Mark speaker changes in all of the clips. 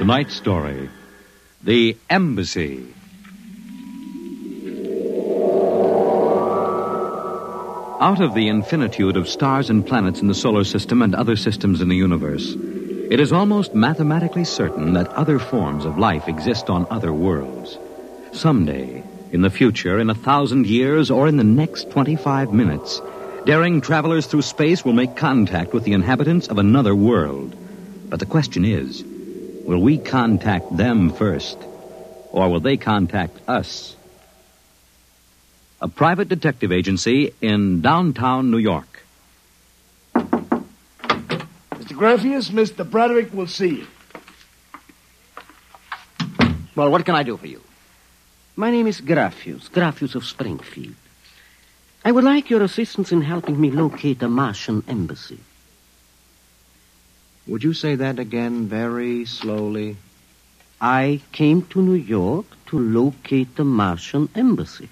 Speaker 1: tonight's story The Embassy. Out of the infinitude of stars and planets in the solar system and other systems in the universe, it is almost mathematically certain that other forms of life exist on other worlds. Someday, in the future, in a thousand years, or in the next 25 minutes, daring travelers through space will make contact with the inhabitants of another world. But the question is will we contact them first, or will they contact us? A private detective agency in downtown New York.
Speaker 2: Mr. Graffius, Mr. Broderick will see you.
Speaker 3: Well, what can I do for you? My name is Graffius, Graffius of Springfield. I would like your assistance in helping me locate the Martian embassy.
Speaker 4: Would you say that again very slowly?
Speaker 3: I came to New York to locate the Martian embassy.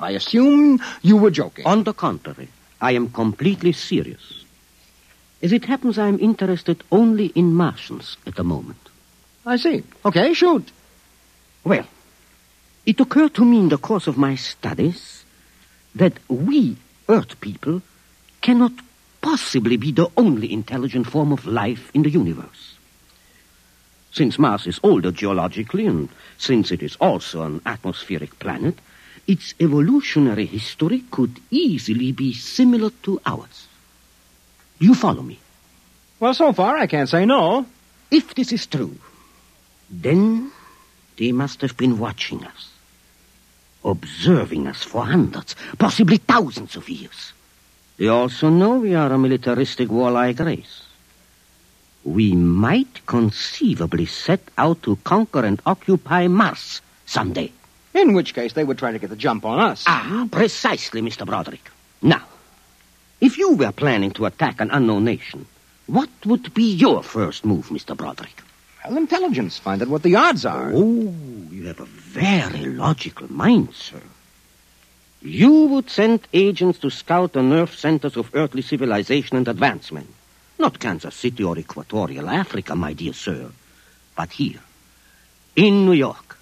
Speaker 4: I assume you were joking.
Speaker 3: On the contrary, I am completely serious. As it happens, I am interested only in Martians at the moment.
Speaker 4: I see. Okay, shoot.
Speaker 3: Well, it occurred to me in the course of my studies that we, Earth people, cannot possibly be the only intelligent form of life in the universe. Since Mars is older geologically, and since it is also an atmospheric planet, its evolutionary history could easily be similar to ours. Do you follow me?
Speaker 4: Well, so far I can't say no.
Speaker 3: If this is true, then they must have been watching us, observing us for hundreds, possibly thousands of years. They also know we are a militaristic warlike race. We might conceivably set out to conquer and occupy Mars someday.
Speaker 4: In which case they would try to get the jump on us.
Speaker 3: Ah, precisely, Mr. Broderick. Now, if you were planning to attack an unknown nation, what would be your first move, Mr. Broderick?
Speaker 4: Well, intelligence. Find out what the odds are.
Speaker 3: Oh, you have a very logical mind, sir. You would send agents to scout the nerve centers of earthly civilization and advancement. Not Kansas City or Equatorial Africa, my dear sir, but here, in New York,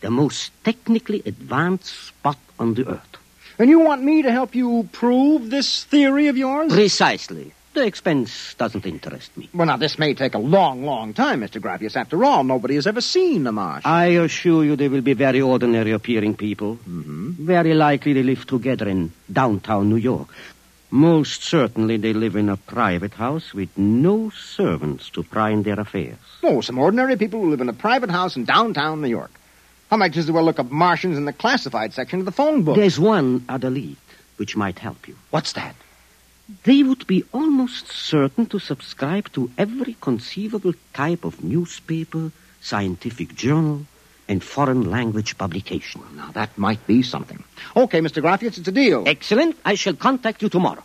Speaker 3: the most technically advanced spot on the earth.
Speaker 4: And you want me to help you prove this theory of yours?
Speaker 3: Precisely. The expense doesn't interest me.
Speaker 4: Well, now, this may take a long, long time, Mr. Graffius. After all, nobody has ever seen the marsh.
Speaker 3: I assure you they will be very ordinary appearing people.
Speaker 4: Mhm.
Speaker 3: Very likely they live together in downtown New York. Most certainly they live in a private house with no servants to pry in their affairs.
Speaker 4: Oh, some ordinary people who live in a private house in downtown New York. How much does the well look up Martians in the classified section of the phone book?
Speaker 3: There's one other lead which might help you.
Speaker 4: What's that?
Speaker 3: They would be almost certain to subscribe to every conceivable type of newspaper, scientific journal, and foreign language publication.
Speaker 4: Now, that might be something. Okay, Mr. Graffius, it's a deal.
Speaker 3: Excellent. I shall contact you tomorrow.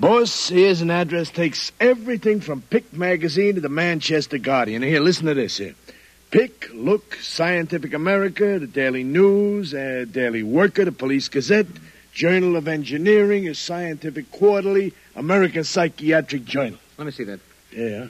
Speaker 2: Boss, here's an address takes everything from Pick magazine to the Manchester Guardian. Here, listen to this here. Pick, Look, Scientific America, the Daily News, uh, Daily Worker, the Police Gazette, Journal of Engineering, a Scientific Quarterly, American Psychiatric Journal.
Speaker 4: Let me see that.
Speaker 2: Yeah.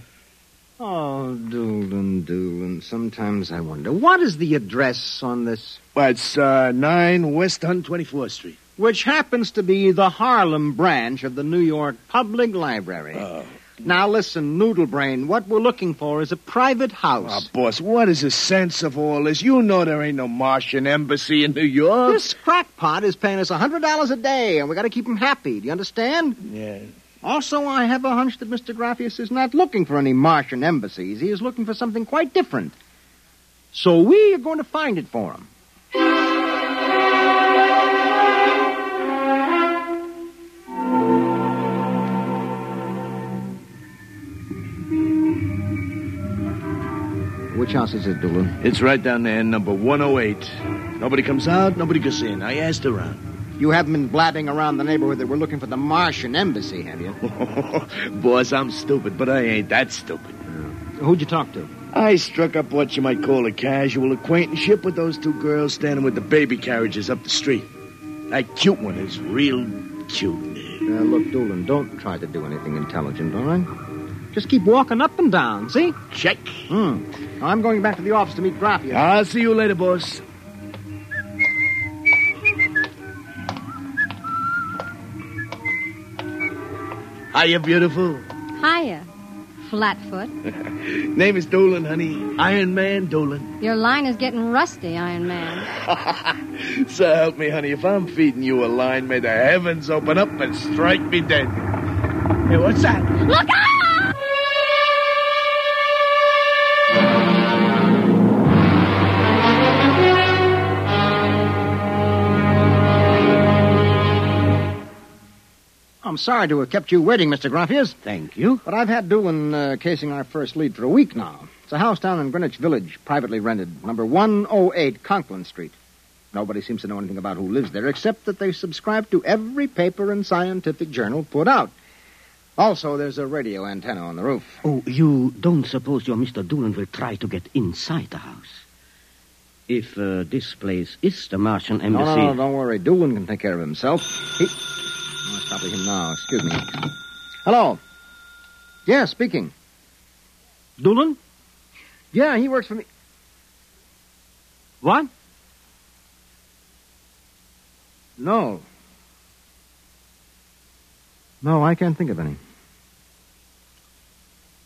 Speaker 4: Oh, Doolin, Doolin, sometimes I wonder. What is the address on this?
Speaker 2: Well, it's uh, 9 West 124th Street.
Speaker 4: Which happens to be the Harlem branch of the New York Public Library.
Speaker 2: Oh.
Speaker 4: Now listen, Noodlebrain, what we're looking for is a private
Speaker 2: Ah,
Speaker 4: house.
Speaker 2: boss, what is the sense of all this? You know there ain't no Martian embassy in New York.
Speaker 4: This crackpot is paying us a $100 a day, and we gotta keep him happy. Do you understand?
Speaker 2: Yeah.
Speaker 4: Also, I have a hunch that Mr. Graffius is not looking for any Martian embassies. He is looking for something quite different. So we are going to find it for him. Which house is it, Doolin?
Speaker 2: It's right down there, number 108. Nobody comes out, nobody goes in. I asked around.
Speaker 4: You haven't been blabbing around the neighborhood that we're looking for the Martian embassy, have you?
Speaker 2: boss, I'm stupid, but I ain't that stupid.
Speaker 4: Who'd you talk to?
Speaker 2: I struck up what you might call a casual acquaintanceship with those two girls standing with the baby carriages up the street. That cute one is real cute.
Speaker 4: Now, look, Doolin, don't try to do anything intelligent, all right? Just keep walking up and down, see?
Speaker 2: Check.
Speaker 4: Hmm. I'm going back to the office to meet Graffia.
Speaker 2: I'll see you later, boss. Hiya, beautiful.
Speaker 5: Hiya, Flatfoot.
Speaker 2: Name is Dolan, honey. Iron Man Dolan.
Speaker 5: Your line is getting rusty, Iron Man.
Speaker 2: So help me, honey. If I'm feeding you a line, may the heavens open up and strike me dead. Hey, what's that?
Speaker 5: Look out!
Speaker 4: I'm sorry to have kept you waiting, Mr. Graffius. Thank you. But I've had Doolin uh, casing our first lead for a week now. It's a house down in Greenwich Village, privately rented, number 108 Conklin Street. Nobody seems to know anything about who lives there, except that they subscribe to every paper and scientific journal put out. Also, there's a radio antenna on the roof.
Speaker 3: Oh, you don't suppose your Mr. Doolan will try to get inside the house? If uh, this place is the Martian
Speaker 4: No,
Speaker 3: embassy.
Speaker 4: no, no, don't worry. Doolin can take care of himself. He... Oh, it's probably him now. Excuse me. Hello. Yeah, speaking.
Speaker 3: Doolan?
Speaker 4: Yeah, he works for me.
Speaker 3: What?
Speaker 4: No. No, I can't think of any.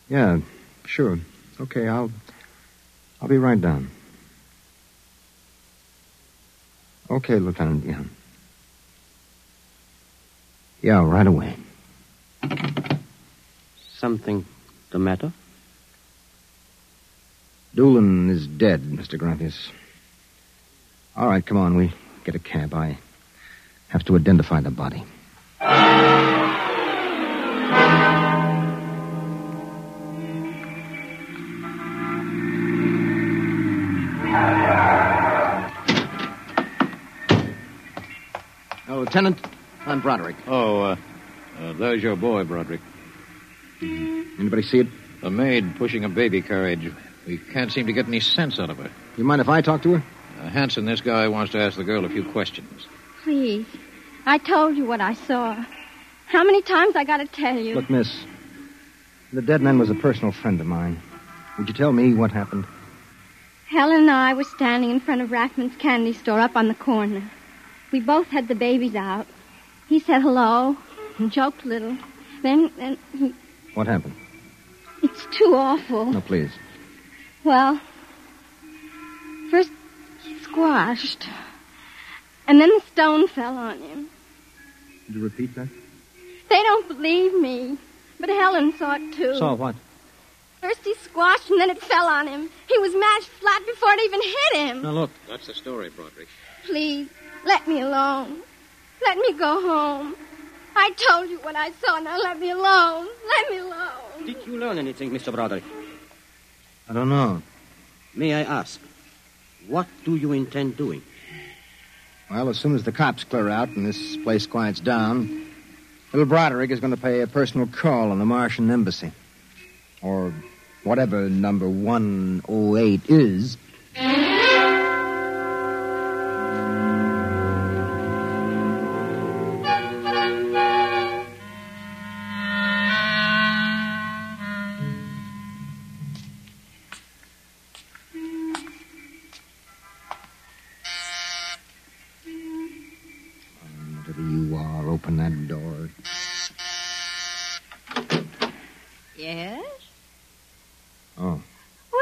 Speaker 4: Yeah, sure. Okay, I'll... I'll be right down. Okay, Lieutenant, yeah. Yeah, right away.
Speaker 3: Something the matter?
Speaker 4: Doolin is dead, Mr. Grathius. All right, come on. We get a cab. I have to identify the body. Now, Oh, Lieutenant, I'm Broderick.
Speaker 6: Oh, uh, uh, there's your boy, Broderick.
Speaker 4: Anybody see it?
Speaker 6: The maid pushing a baby carriage. We can't seem to get any sense out of her.
Speaker 4: You mind if I talk to her?
Speaker 6: Uh, Hanson, this guy wants to ask the girl a few questions.
Speaker 5: Please, I told you what I saw. How many times I gotta tell you?
Speaker 4: Look, miss, the dead man was a personal friend of mine. Would you tell me what happened?
Speaker 5: Helen and I were standing in front of Rackman's candy store up on the corner. We both had the babies out. He said hello, and joked a little. Then, then he,
Speaker 4: What happened?
Speaker 5: it's too awful.
Speaker 4: No, please.
Speaker 5: Well, first he squashed, and then the stone fell on him.
Speaker 4: Did you repeat that?
Speaker 5: They don't believe me, but Helen saw it too.
Speaker 4: Saw what?
Speaker 5: First he squashed, and then it fell on him. He was mashed flat before it even hit him.
Speaker 6: Now, look. That's the story, Broderick.
Speaker 5: Please, let me alone. Let me go home. I told you what I saw. Now let me alone. Let me alone.
Speaker 3: Did you learn anything, Mr. Broderick?
Speaker 4: I don't know.
Speaker 3: May I ask? What do you intend doing?
Speaker 4: Well, as soon as the cops clear out and this place quiets down, little Broderick is going to pay a personal call on the Martian embassy. Or whatever number 108 is. open that door.
Speaker 5: Yes?
Speaker 4: Oh.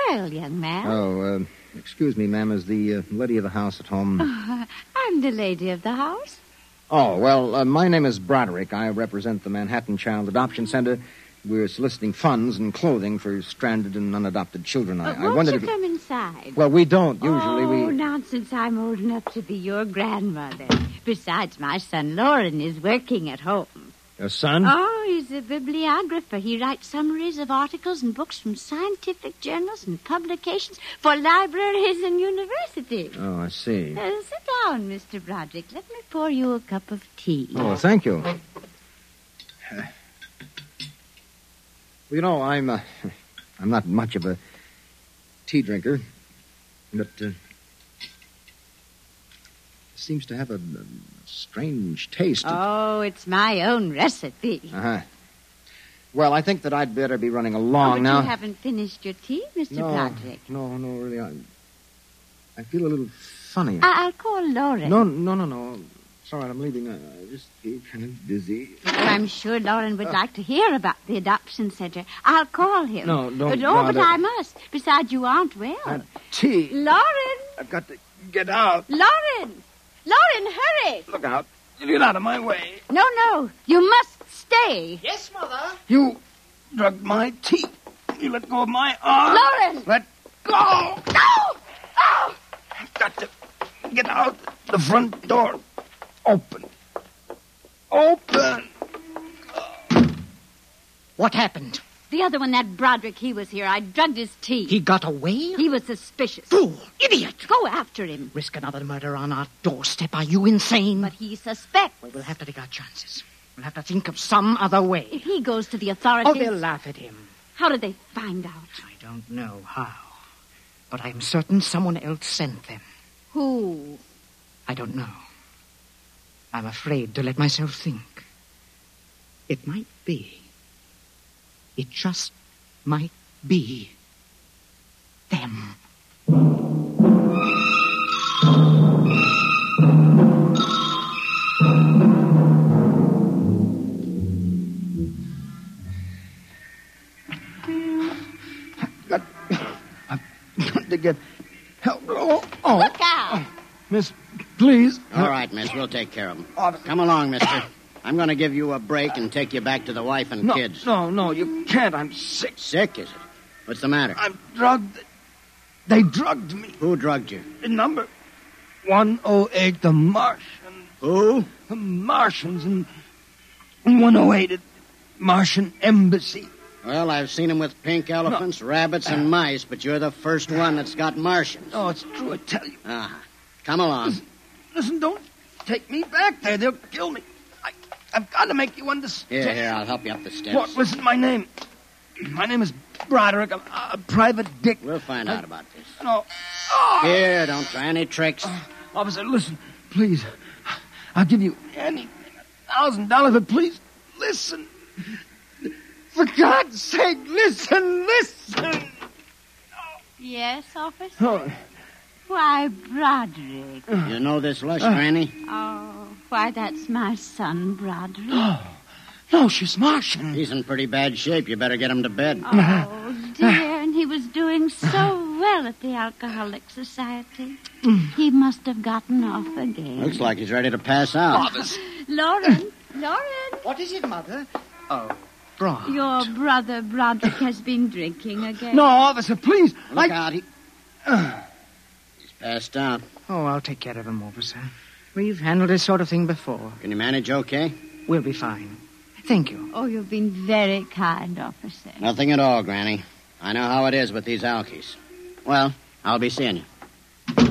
Speaker 5: Well, young man.
Speaker 4: Oh, uh, excuse me, ma'am. Is the uh, lady of the house at home?
Speaker 5: Oh, I'm the lady of the house.
Speaker 4: Oh, well, uh, my name is Broderick. I represent the Manhattan Child Adoption Center. We're soliciting funds and clothing for stranded and unadopted children. I,
Speaker 5: Uh,
Speaker 4: I
Speaker 5: won't
Speaker 4: wondered
Speaker 5: you
Speaker 4: if.
Speaker 5: come inside?
Speaker 4: Well, we don't. Usually
Speaker 5: oh,
Speaker 4: we.
Speaker 5: nonsense. I'm old enough to be your grandmother. Besides, my son Lauren is working at home.
Speaker 4: Your son?
Speaker 5: Oh, he's a bibliographer. He writes summaries of articles and books from scientific journals and publications for libraries and universities.
Speaker 4: Oh, I see.
Speaker 5: Uh, sit down, Mr. Broderick. Let me pour you a cup of tea.
Speaker 4: Oh, well, thank you. Well, you know, I'm uh, I'm not much of a tea drinker, but uh, it seems to have a, a strange taste.
Speaker 5: Oh, it's my own recipe.
Speaker 4: Uh-huh. Well, I think that I'd better be running
Speaker 5: oh,
Speaker 4: along
Speaker 5: but
Speaker 4: now.
Speaker 5: you haven't finished your tea, Mr.
Speaker 4: no,
Speaker 5: Broderick.
Speaker 4: no, no, really, I, I feel a little funny.
Speaker 5: I- I'll call Lauren. Oh,
Speaker 4: no, no, no, no. It's all right. I'm leaving. I, I just feel kind of dizzy.
Speaker 5: I'm sure Lauren would like to hear about the adoption center. I'll call him.
Speaker 4: No, don't
Speaker 5: But, oh, but
Speaker 4: bother.
Speaker 5: I must. Besides, you aren't well.
Speaker 4: Uh, Tea.
Speaker 5: Lauren!
Speaker 4: I've got to get out.
Speaker 5: Lauren! Lauren, hurry!
Speaker 4: Look out. You Get out of my way.
Speaker 5: No, no, you must stay.
Speaker 4: You drugged my tea. You let go of my arm.
Speaker 5: Lauren!
Speaker 4: Let go.
Speaker 5: No! Oh!
Speaker 4: I've got to get out the front door. Open. Open.
Speaker 7: What happened?
Speaker 5: The other one, that Broderick, he was here. I drugged his tea.
Speaker 7: He got away?
Speaker 5: He was suspicious.
Speaker 7: Fool! Idiot!
Speaker 5: Go after him.
Speaker 7: Risk another murder on our doorstep. Are you insane?
Speaker 5: But he suspects.
Speaker 7: we will have to take our chances. We'll have to think of some other way.
Speaker 5: If he goes to the
Speaker 7: Oh,
Speaker 5: authorities,
Speaker 7: they'll laugh at him.
Speaker 5: how did they find out?
Speaker 7: I don't know how. But I'm certain someone else sent them.
Speaker 5: Who?
Speaker 7: I don't know. I'm afraid to let myself think. It might be. It just might be. Them.
Speaker 4: Got to get help. Oh, oh.
Speaker 5: Look out!
Speaker 4: Miss, please.
Speaker 8: All right, miss, we'll take care of him. Come along, mister. I'm going to give you a break and take you back to the wife and
Speaker 4: No,
Speaker 8: kids.
Speaker 4: no, no. You can't. I'm sick.
Speaker 8: Sick, is it? What's the matter?
Speaker 4: I'm drugged. They drugged me.
Speaker 8: Who drugged you?
Speaker 4: The number 108, the Martian.
Speaker 8: Who?
Speaker 4: The Martians and 108 at Martian Embassy.
Speaker 8: Well, I've seen them with pink elephants, rabbits, and mice, but you're the first one that's got Martians.
Speaker 4: Oh, it's true, I tell you.
Speaker 8: Ah, come along.
Speaker 4: Listen, don't take me back there. They'll kill me. I, I've got to make you understand.
Speaker 8: Here, here, I'll help you up the steps.
Speaker 4: What? Listen, my name. My name is Broderick. I'm a private dick.
Speaker 8: We'll find out about this.
Speaker 4: No. Oh,
Speaker 8: Here, don't try any tricks.
Speaker 4: Officer, listen, please. I'll give you any thousand dollars, but please listen. For God's sake, listen, listen.
Speaker 5: Yes, officer?
Speaker 4: Oh,
Speaker 5: Why, Broderick.
Speaker 8: You know this lush,
Speaker 2: Uh.
Speaker 8: Granny?
Speaker 5: Oh, why, that's my son, Broderick.
Speaker 4: no, she's Martian.
Speaker 8: He's in pretty bad shape. You better get him to bed.
Speaker 5: Oh, dear, and he was doing so well at the Alcoholic Society.
Speaker 4: Mm.
Speaker 5: He must have gotten off again.
Speaker 8: Looks like he's ready to pass out.
Speaker 5: Lauren, Lauren,
Speaker 7: What is it, Mother? Oh, Brock.
Speaker 5: your brother Broderick has been drinking again.
Speaker 4: No, officer, please.
Speaker 8: Look out. He... He's passed out.
Speaker 7: Oh, I'll take care of him, officer. We've handled this sort of thing before.
Speaker 8: Can you manage okay?
Speaker 7: We'll be fine. Thank you.
Speaker 5: Oh, you've been very kind, officer.
Speaker 8: Nothing at all, Granny. I know how it is with these alkies. Well, I'll be seeing you.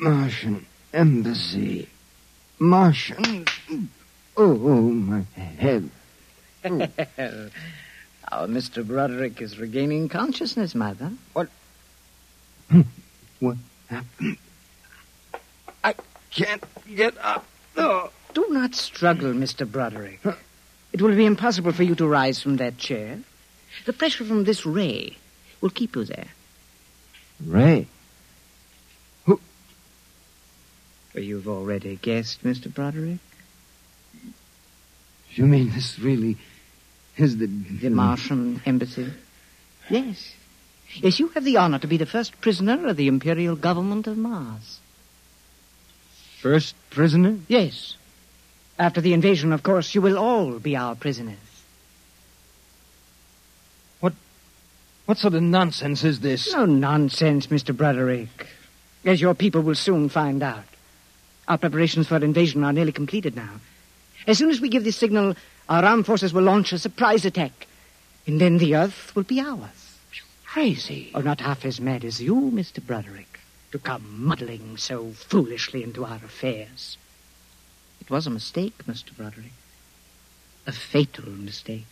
Speaker 4: Martian embassy. Martian. Oh, oh my head.
Speaker 7: Our Mr. Broderick is regaining consciousness, Mother.
Speaker 2: What happened? I can't get up. No. Do not struggle, Mr. Broderick. It will be impossible for you to rise from that chair. The pressure from this ray will keep you there.
Speaker 4: Ray.
Speaker 2: You've already guessed, Mr. Broderick.
Speaker 4: You mean this really is the.
Speaker 2: The Martian embassy? Yes. Yes, you have the honor to be the first prisoner of the Imperial Government of Mars.
Speaker 4: First prisoner?
Speaker 2: Yes. After the invasion, of course, you will all be our prisoners.
Speaker 4: What sort of nonsense is this?
Speaker 2: No nonsense, Mr. Broderick. As your people will soon find out. Our preparations for invasion are nearly completed now. As soon as we give the signal, our armed forces will launch a surprise attack. And then the Earth will be ours. Crazy. Or not half as mad as you, Mr. Broderick, to come muddling so foolishly into our affairs. It was a mistake, Mr. Broderick. A fatal mistake.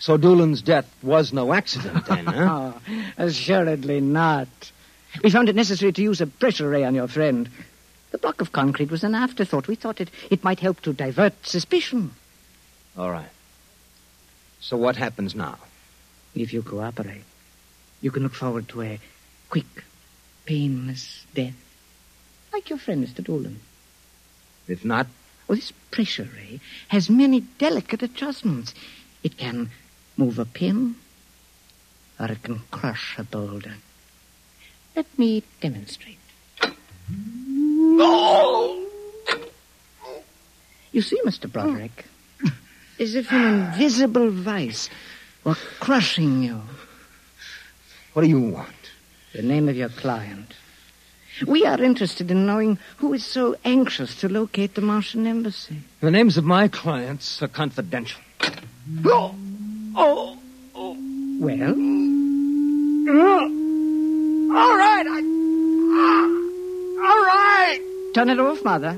Speaker 4: So Doolin's death was no accident then, huh?
Speaker 2: Oh, Assuredly not. We found it necessary to use a pressure ray on your friend. The block of concrete was an afterthought. We thought it, it might help to divert suspicion.
Speaker 4: All right. So what happens now?
Speaker 2: If you cooperate, you can look forward to a quick, painless death. Like your friend, Mr. Dolan.
Speaker 4: If not,
Speaker 2: Well, this pressure ray has many delicate adjustments. It can move a pin, or it can crush a boulder. Let me demonstrate. You see, Mr. Broderick, as if an invisible vice were crushing you.
Speaker 4: what do you want?
Speaker 2: The name of your client. We are interested in knowing who is so anxious to locate the Martian embassy.
Speaker 4: The names of my clients are confidential.
Speaker 2: Oh! Oh! Well?
Speaker 9: All right, I. All right.
Speaker 2: Turn it off, Mother.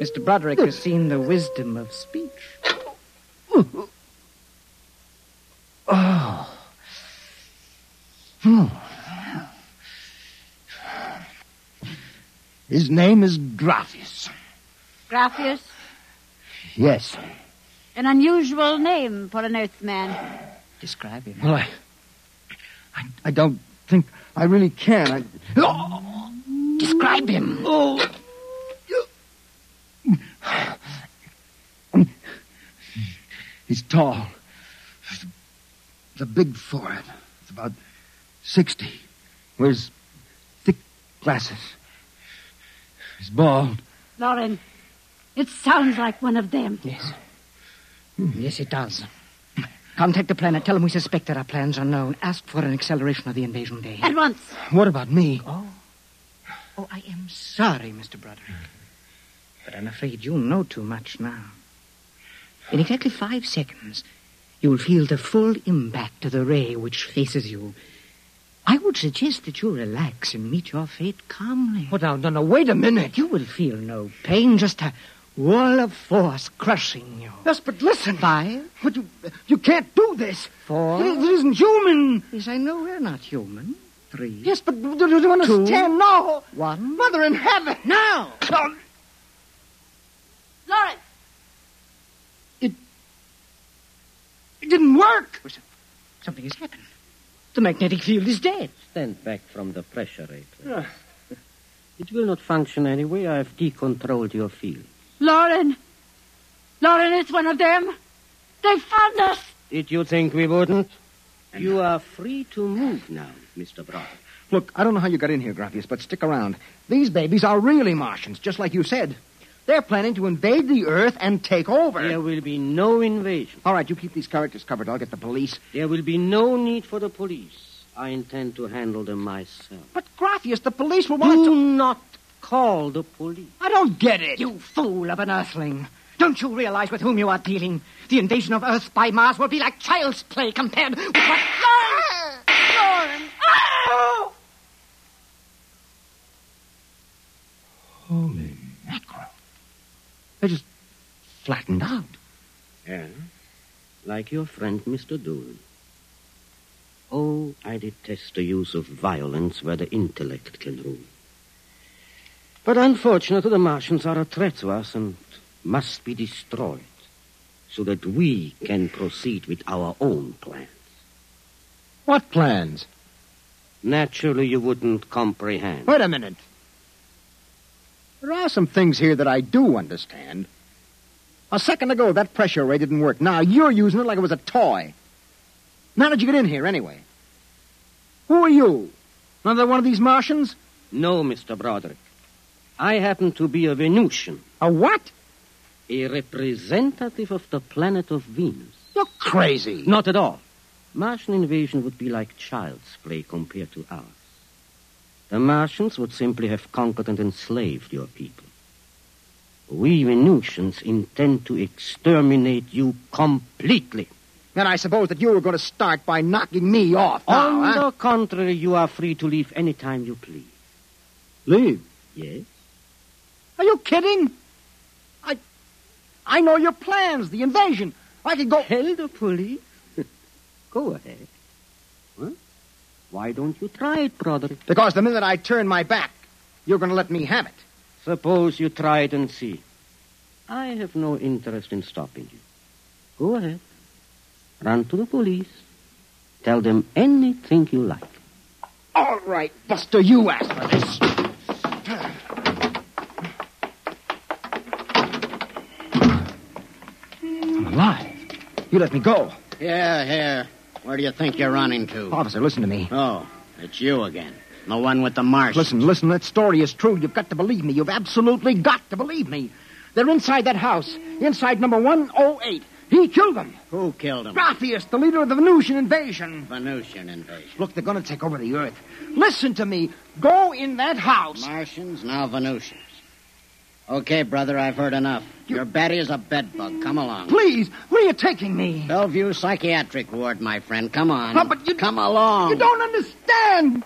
Speaker 2: Mr. Broderick has seen the wisdom of speech.
Speaker 4: Oh. His name is Graffius.
Speaker 5: Graffius,
Speaker 4: Yes.
Speaker 5: an unusual name for an Earthman.
Speaker 2: Describe him.
Speaker 4: Well, I, I, I don't think I really can. I,
Speaker 2: Describe him.
Speaker 9: Oh.
Speaker 4: He's tall. The big forehead. It's about 60. Wears thick glasses. He's bald.
Speaker 5: Lauren, it sounds like one of them.
Speaker 2: Yes. Yes, it does. Contact the planet. Tell them we suspect that our plans are known. Ask for an acceleration of the invasion day.
Speaker 5: At once.
Speaker 4: What about me?
Speaker 2: Oh. Oh, I am sorry, Mr. Broderick. But I'm afraid you know too much now. In exactly five seconds, you will feel the full impact of the ray which faces you. I would suggest that you relax and meet your fate calmly.
Speaker 4: What? Oh, Now, no, no, wait a minute.
Speaker 2: You will feel no pain, just a wall of force crushing you.
Speaker 4: Yes, but listen.
Speaker 2: Five,
Speaker 4: But you, you can't do this.
Speaker 2: four.
Speaker 4: It isn't human.
Speaker 2: Yes, I know we're not human. Three.
Speaker 4: Yes, but do do you understand? No.
Speaker 2: One.
Speaker 4: Mother in heaven.
Speaker 2: Now!
Speaker 4: No.
Speaker 5: Lauren,
Speaker 4: It didn't work.
Speaker 2: Something has happened. The magnetic field is dead.
Speaker 3: Stand back from the pressure ray, please.
Speaker 4: Yeah.
Speaker 3: Ah. It will not function anyway. I have decontrolled your field.
Speaker 5: Lauren, Lauren, it's one of them. They found us.
Speaker 3: Did you think we wouldn't? You are free to move now, Mr. Broderick.
Speaker 10: Look, I don't know how you got in here, Graffius, but stick around. These babies are really Martians, just like you said. They're planning to invade the Earth and take over.
Speaker 3: There will be no invasion.
Speaker 10: All right, you keep these characters covered. I'll get the police.
Speaker 3: There will be no need for the police. I intend to handle them myself.
Speaker 10: But Graffius, the police will want
Speaker 3: Do
Speaker 10: to.
Speaker 3: not call the police.
Speaker 10: I don't get it.
Speaker 2: You fool of an earthling. Don't you realize with whom you are dealing? The invasion of Earth by Mars will be like child's play compared with what.
Speaker 10: Ah!
Speaker 4: Ah! Holy mackerel. They just flattened out.
Speaker 3: Yeah. Like your friend, Mr. Doolin. Oh, I detest the use of violence where the intellect can rule. But unfortunately, the Martians are a threat to us and must be destroyed so that we can proceed with our own plans.
Speaker 4: What plans?
Speaker 3: Naturally, you wouldn't comprehend.
Speaker 4: Wait a minute. There are some things here that I do understand. A second ago, that pressure ray didn't work. Now you're using it like it was a toy. Now did you get in here, anyway? Who are you? Another one of these Martians?
Speaker 3: No, Mr. Broderick. I happen to be a Venusian.
Speaker 4: A what?
Speaker 3: A representative of the planet of Venus.
Speaker 4: You're crazy.
Speaker 3: Not at all. Martian invasion would be like child's play compared to ours. The Martians would simply have conquered and enslaved your people. We Venusians intend to exterminate you completely.
Speaker 4: Then I suppose that you were going to start by knocking me off. now,
Speaker 3: On
Speaker 4: huh?
Speaker 3: the contrary, you are free to leave any time you please.
Speaker 4: Leave?
Speaker 3: Yes?
Speaker 4: Are you kidding? I, I know your plans. The invasion. I could go.
Speaker 3: Tell the police. Go ahead. Huh? Why don't you try it, Broderick?
Speaker 4: Because the minute I turn my back, you're going to let me have it.
Speaker 3: Suppose you try it and see. I have no interest in stopping you. Go ahead. Run to the police. Tell them anything you like.
Speaker 4: All right, Buster, you asked for this. I'm alive. You let me go.
Speaker 8: Here, here. Where do you think you're running to?
Speaker 4: Officer, listen to me.
Speaker 8: Oh, it's you again. The one with the marsh.
Speaker 4: Listen, listen, that story is true. You've got to believe me. You've absolutely got to believe me. They're inside that house, inside number 108. He killed them.
Speaker 8: Who killed him?
Speaker 4: Graffius, the leader of the Venusian invasion.
Speaker 8: Venusian invasion.
Speaker 4: Look, they're going to take over the earth. Listen to me. Go in that house.
Speaker 8: Martians, now Venusians. Okay, brother, I've heard enough. Your Betty's a bedbug. Come along.
Speaker 4: Please, where are you taking me?
Speaker 8: Bellevue Psychiatric Ward, my friend. Come on.
Speaker 4: Oh, but you-
Speaker 8: Come along.
Speaker 4: You don't understand.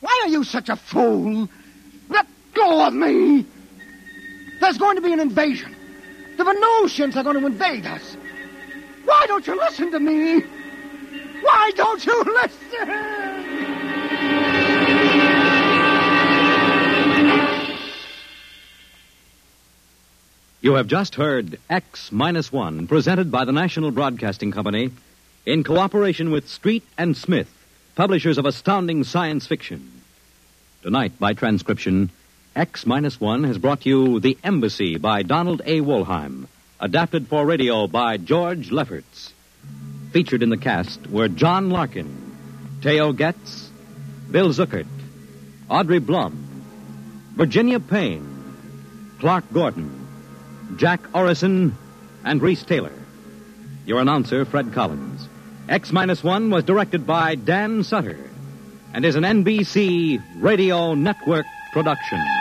Speaker 4: Why are you such a fool? Let go of me. There's going to be an invasion. The Venusians are going to invade us. Why don't you listen to me? Why don't you listen?
Speaker 1: You have just heard X Minus One, presented by the National Broadcasting Company in cooperation with Street and Smith, publishers of astounding science fiction. Tonight, by transcription, X Minus One has brought you The Embassy by Donald A. Wolheim, adapted for radio by George Lefferts. Featured in the cast were John Larkin, Theo Getz, Bill Zuckert, Audrey Blum, Virginia Payne, Clark Gordon. Jack Orison, and Reese Taylor. Your announcer, Fred Collins. X Minus One was directed by Dan Sutter and is an NBC Radio Network production.